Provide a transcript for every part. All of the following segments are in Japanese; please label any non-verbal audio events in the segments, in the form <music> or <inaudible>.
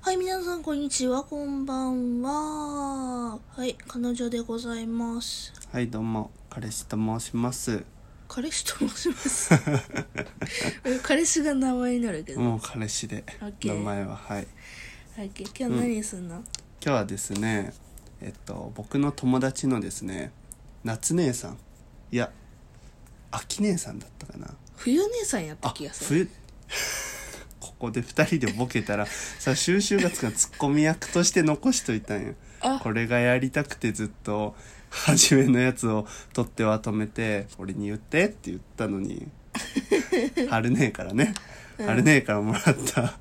はい、皆さん、こんにちは。こんばんは。はい、彼女でございます。はいどうも彼氏と申します彼氏と申し <laughs> ます。え彼氏が名前になるけど。もう彼氏で OK 名前ははいはい、今日何すんの、今日はですねえっと僕の友達のですね夏姉さんいや秋姉さんだったかな冬姉さんやったあ気がする。冬ここで2人でボケたらさ収集月がツッコミ役として残しといたんよあこれがやりたくてずっと初めのやつを取っては止めて俺に言ってって言ったのに春姉からね春姉からもらった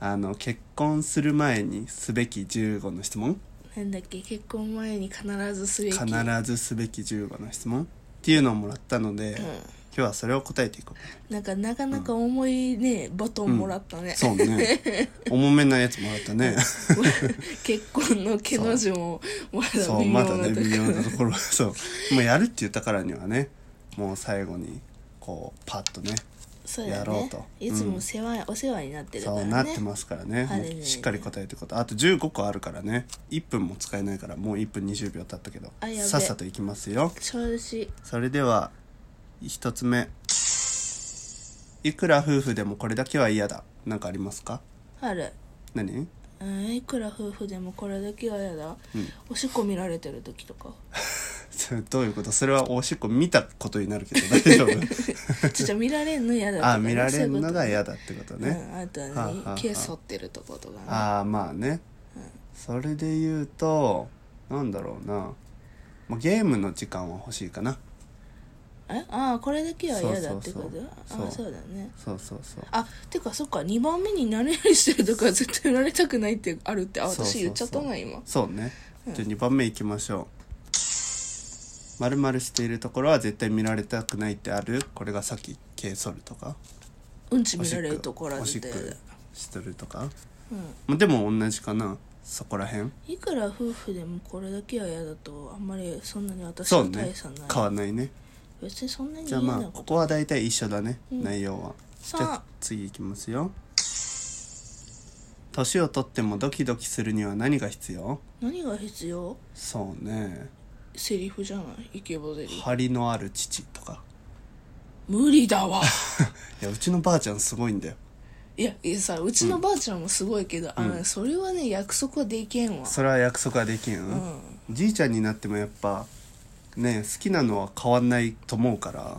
あの結婚する前にすべき15の質問なんだっけ、結婚前に必ずすべき。必ずすべき15の質問っていうのをもらったので、う今ん日はそれを答えていこうなんか、なかなか重いね、バトンもらったね。そうね <laughs> 重めなやつもらったね結婚の毛の字も、まだそう微妙まなとだこね微妙なところ <laughs> そうもうやるって言ったからにはねもう最後にこうパッとねそうだやろねうといつも世話、お世話になってるかそうらなっね。てますからねあれねもうしっかり答えてことあと15個あるからね1分も使えないからもう1分20秒経ったけどあやべさっさといきますよ調子。それでは1つ目いくら夫婦でもこれだけは嫌だなんかありますかある。何 <laughs> うんいくら夫婦でもこれだけは嫌だ、うんおしっこ見られてる時とかそれどういうことそれはおしっこ見たことになるけど大丈夫ちょっと見られんの嫌だとか、 <laughs> あ見られるのが嫌だだってことね、うん、あとはねはあはあはあ毛剃ってるとことかねああまあね、それで言うとなんだろうな、まあ、ゲームの時間は欲しいかなえあーこれだけは嫌だってことそうそうそうあーそうだねそうそうそうあてかそっか2番目に何々してるとか <laughs> 絶対やられたくないってあるってあそうそうそう私言っちゃったな今そうねじゃあ2番目いきましょうまるまるしているところは絶対見られたくないってあるこれがさっき毛剃るとかうんちお見しっらこれるところおし絶っこ対嫌だ、してるとか、うん、まあ、でも同じかなそこら辺いくら夫婦でもこれだけは嫌だとあんまりそんなに私そのうね大差ない、変わんないね別にそんなにじゃ嫌あなまあこことこは大体一緒だね、内容はじさゃああ次いきますよ年を取ってもドキドキするには何が必要何が必要そうねセリフじゃないイケボゼリフ張りのある父とか無理だわいやうちのばあちゃんすごいんだよいやいやさうちのばあちゃんもすごいけど、あのそれはね約束はできんわそれは約束はできん、じいちゃんになってもやっぱね好きなのは変わんないと思うから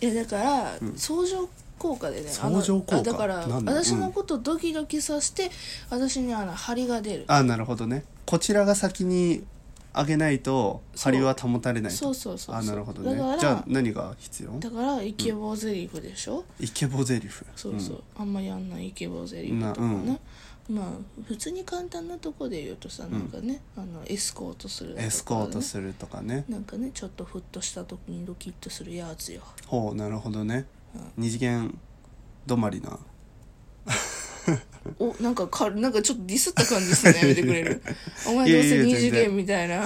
いやだから、相乗効果でねあの相乗効果あだからなんだ私のことドキドキさせて、私にあの張りが出るああなるほどねこちらが先にあげないとそう張りは保たれないとそうそうそうそうあなるほどだからねじゃあ何が必要だからイケボゼリフでしょ、イケボゼリフそうそう、あんまやんないイケボゼリフとかね、まあ普通に簡単なとこで言うとさなんかね、あのエスコートするだとかね、エスコートするとかねなんかねちょっとふっとした時にドキッとするやつよほうなるほどね、二次元止まりなおなんかかなんかちょっとディスった感じ <laughs> するのやめてくれるお前どういやいせや二次全然元みたい <laughs> な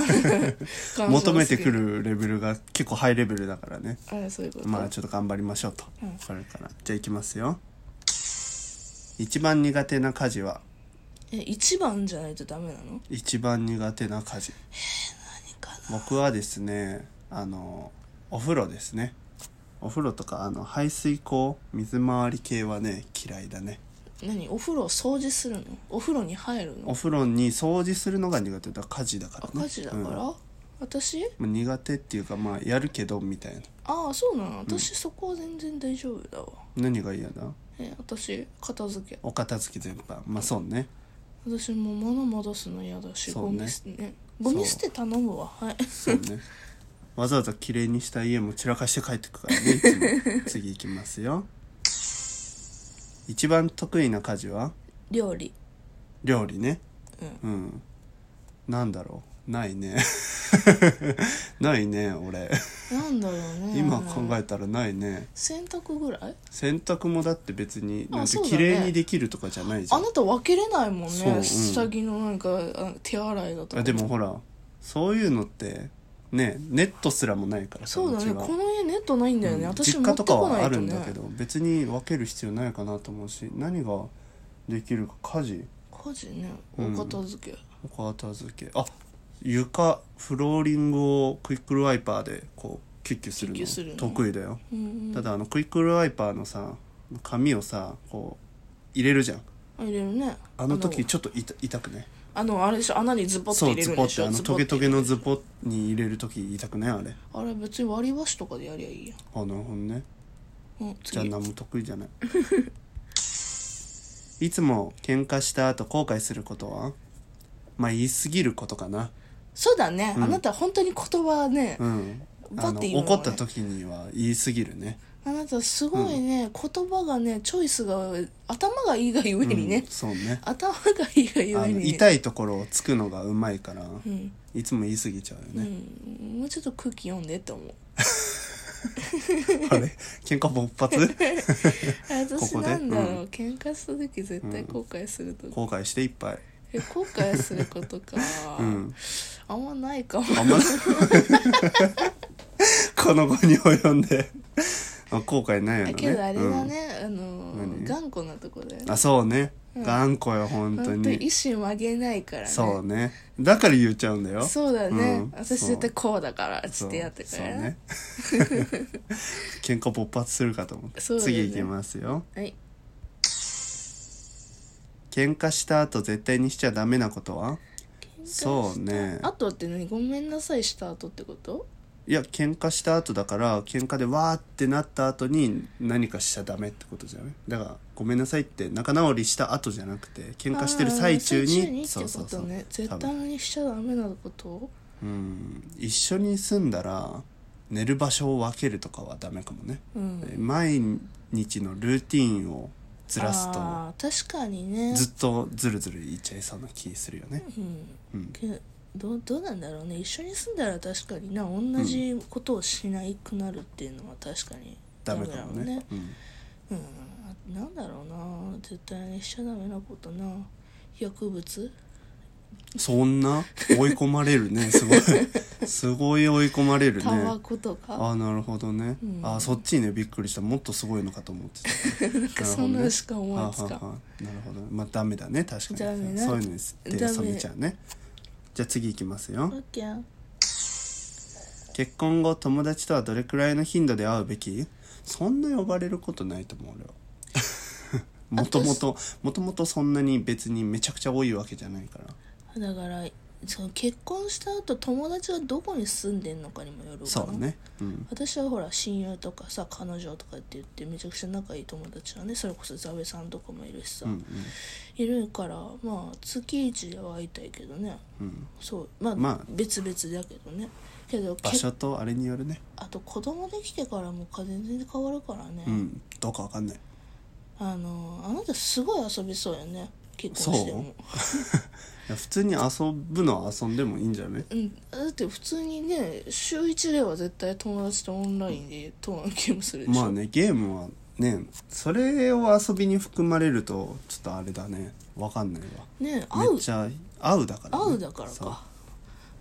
感求めてくるるレベルが結構ハイレベルだからねあそういうこと、まあちょっと頑張りましょうと、うんこれからじゃあいきますよ一番苦手な家事はえ一番じゃないとダメなの一番苦手な家事何かな僕はですねあのお風呂ですねお風呂とかあの排水口水回り系はね嫌いだね何お風呂を掃除するのお風呂に入るおの風呂に掃除するのが苦手だ家事だからね赤字だから、うん私まあ苦手っていうかまあやるけどみたいなああそうなの私、そこは全然大丈夫だわ何が嫌だえ私片付けお片付け全般まあそうね私も物戻すの嫌だし、そうゴねミ捨てねゴミ捨て頼むわはいそ <laughs> うねわざわざ綺麗にした家も散らかして帰ってくからねいつも次行きますよ一番得意な家事は料理料理ねううん、なんだろうないね <laughs> ないね俺なんだろうね今考えたらないね洗濯ぐらい洗濯もだって別にあなんてそうだね綺麗にできるとかじゃないじゃあん、なた分けれないもんそううねん下着のなんかあ手洗いだとかあでもほらそういうのってねネットすらもないからさそうだねちはこの家ネットないんだよね、私実持家ってとかこはなあいとるんねだけど別に分ける必要ないかなと思うし何ができるか家事家事ねうおん片付け、お片付けあ床フローリングをクイックルワイパーでこうキュッキュするキュッキュするのの得意だよ、うんうんただあのクイックルワイパーのさ紙をさこう入れるじゃんあ入れるねあの時のちょっと痛痛くねあのあれでしょ穴にズボッてそ入うれるズんポでっしてょあのズボトッてゲトゲのズポに入れる時痛くねあれあれ別に割り箸とかでやりゃいいやあなるほどねん、うん、じゃあ次何も得意じゃない <laughs> いつも喧嘩した後後悔することはまあ言い過ぎることかなそうだね、うんあなた本当に言葉ね、うんあバッのて言うの怒もねった時には言い過ぎるねあなたすごいね、言葉がねチョイスが頭がいいがゆえにね、うんそうね頭がいいがゆあえのに痛いところをつくのがうまいからうん、いつも言い過ぎちゃうよね、うん、もうちょっと空気読んでって思うあれ喧嘩勃 <laughs> 発私ここでなんだろう、うん喧嘩した時絶対後悔すると、後悔していっぱいえ後悔することか、うんあんまないかもあんま <laughs> この子に及 <laughs> んであ後悔ないよねけどあれうだんね、あの何頑固なとこだよねあそうね、うん頑固よ本当本に当に意思曲げないからねそうねだから言っちゃうんだよそうだね、うん私絶対こうだからつそっうてやってからそうね <laughs> 喧嘩勃発するかと思って、そうだよね次いきますよはい喧嘩した後絶対にしちゃダメなことはそうねあとって何ごめんなさいした後ってこといや喧嘩した後だから喧嘩でわーってなった後に何かしちゃダメってことじゃないだからごめんなさいって仲直りした後じゃなくて喧嘩してる最中あー最中ににってことね多絶対分にしちゃダメなことうん一緒に住んだら寝る場所を分けるとかはダメかもね、うん毎日のルーティンをずらすとあー確かにねずっとずるずるいっちゃいそうな気するよね、うんうん、けどどうなんだろうね一緒に住んだら確かにな同じことをしないくなるっていうのは確かにダメかだももねんうん、うんあなんだろうな絶対にしちゃダメなことな薬物そんな追い込まれる <laughs> ねすごいすごい追い込まれるタバねコとか、ああなるほどね、うんあそっちねびっくりしたもっとすごいのかと思って <laughs> たなんかそんなのしかはあ思いはあつかんはあなるほどまあダメだね確かダメにだそういうのに手を染めちゃうねじゃあ次いきますよオッケー結婚後友達とはどれくらいの頻度で会うべきそんな呼ばれることないと <laughs> 思う俺はもともともともとそんなに別にめちゃくちゃ多いわけじゃないからだからその結婚した後友達はどこに住んでんのかにもよるかなそうねうん私はほら親友とかさ彼女とかって言ってめちゃくちゃ仲いい友達はねそれこそ座部さんとかもいるしさ、うんうんいるからまあ月一では会いたいけどねうんそうまあ、まあ別々だけどねけど場け所とあれによるねあと子供できてからも家全然変わるからね、うんどうかわかんないあのあなたすごい遊びそうよね結婚しても、いや普通に遊ぶのは遊んでもいいんじゃないうん、だって普通にね週1では絶対友達とオンラインでトーンゲームするでしょ、まあねゲームはねそれを遊びに含まれるとちょっとあれだねわかんないわね会めうっちゃ合うだから、会うだからそうか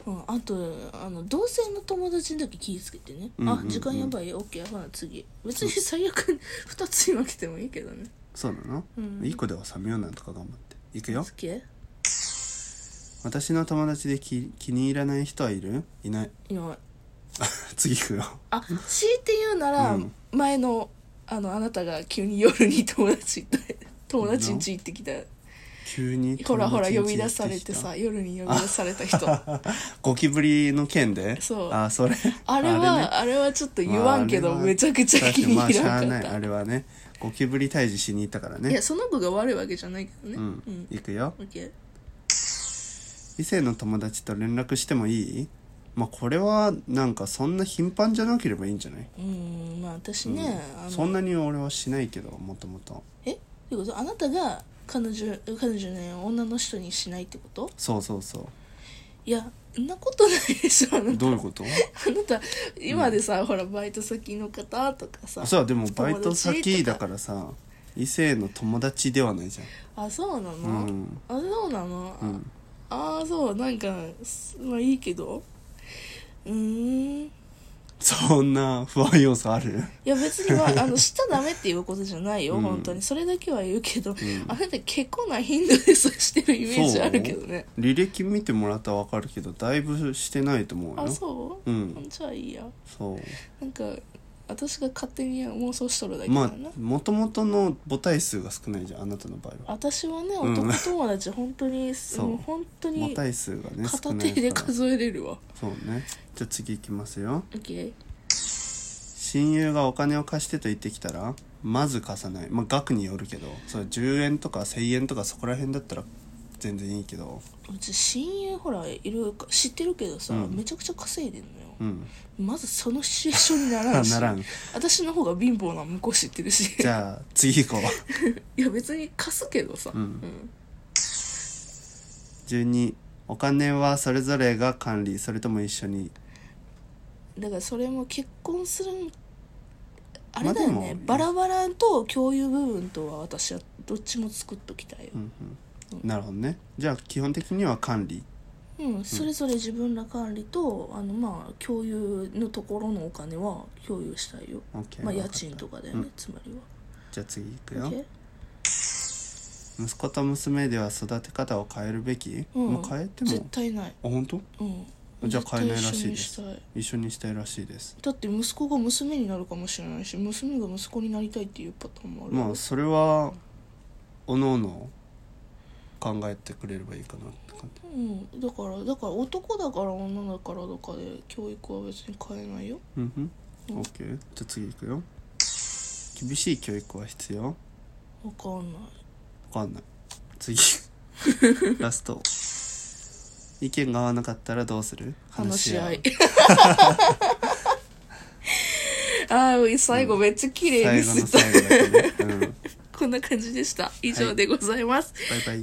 うん、あとあの同性の友達の時気ぃつけてね、うんうんうんあ時間やばい OK ほら次別に最悪2つに分けてもいいけどねそうなの、うん一個で収めようなんとか頑張っていくよつけ私の友達でき気に入らない人はいるいない <laughs> いない次行く <laughs> よあ強いて言うなら、うん前のあのあなたが急に夜に友達 <laughs> 行った友達ん家行ってきた急にほらほら友達ん家呼び出されて行っさ夜に呼び出され <laughs> た人きたゴキブリの件でそうあそれ <laughs> あれはあれ,、ねはちょっと言わんけど、まああれはめちゃくちゃ気にまあ入しゃらあんかなっいた、あれはねゴキブリ退治しに行ったからいねやその子が悪いわけじゃないけどねう、うん行くよ OK 異性の友達と連絡してもいいまあこれはなんかそんな頻繁じゃなければいいんじゃない、うーんまあ私ね、あのそんなに俺はしないけどもともとえってことあなたが彼女彼女ね女の人にしないってことそうそうそいやそんなことないでしょあなうたどうい <laughs> うことあなた今でさ、ほらバイト先の方とかさそうでもバイト友達先とだからさ異性の友達ではないじあそうなの、ゃんうんあそうなの、うんああそうなんかすまあいいけどうーんそんな不安要素 <laughs> あるいや別にま <laughs> ああのしちゃダメっていうことじゃないよ、本当にそれだけは言うけど、あなた結構な頻度でそれしてるイメージあるけどねそう履歴見てもらったらわかるけどだいぶしてないと思うよあそう、うんじゃあいいやそうなんか私が勝手に妄想しとるだけだまな、あもともとの母体数が少ないじゃんあなたの場合は私はねん男友達本当に、そうもう本当母に体数がね少片ない手でから数えれるわそうねじゃあ次いきますよ OK 親友がお金を貸してと言ってきたらまず貸さないまあ額によるけどそれ10円とか1,000円とかそこら辺だったら全然いいけどうち親友ほらいるか知ってるけどさ、うんめちゃくちゃ稼いでんのよ、うんまずそのシチュエーションにならんしならん私の方が貧乏な向こう知ってるしじゃあ次行こう <laughs> <laughs> いや別に貸すけどさ、うん12お金はそれぞれが管理それとも一緒にだからそれも結婚するんあれだよまあでね、もバラバラと共有部分とは私はどっちも作っときたいようんうんなるほどねじゃあ基本的には管理うん、それぞれ自分ら管理とあのまあ共有のところのお金は共有したいよ OK まあわ家かった賃とかだよね、つまりはじゃあ次行くよ OK 息子と娘では育て方を変えるべき、うんもう変えても絶対ないあ本当うんじゃあ買えないら絶しい対一緒ですにしたい一緒にしたいらしいですだって息子が娘になるかもしれないし娘が息子になりたいっていうパターンもあるよまあそれはおのおの考えてくれればいいかなって感じうん、だからだから男だから女だからとかで教育は別に変えないようんううんん OK じゃあ次行くよ厳しい教育は必要わかんないわかんない <laughs> 次ラスト意見が合わなかったらどうする話し合い <laughs> ああ最後めっちゃ綺麗に最後すた、の最後だけね、うん、バイこんな感じでした以上でございます、バイ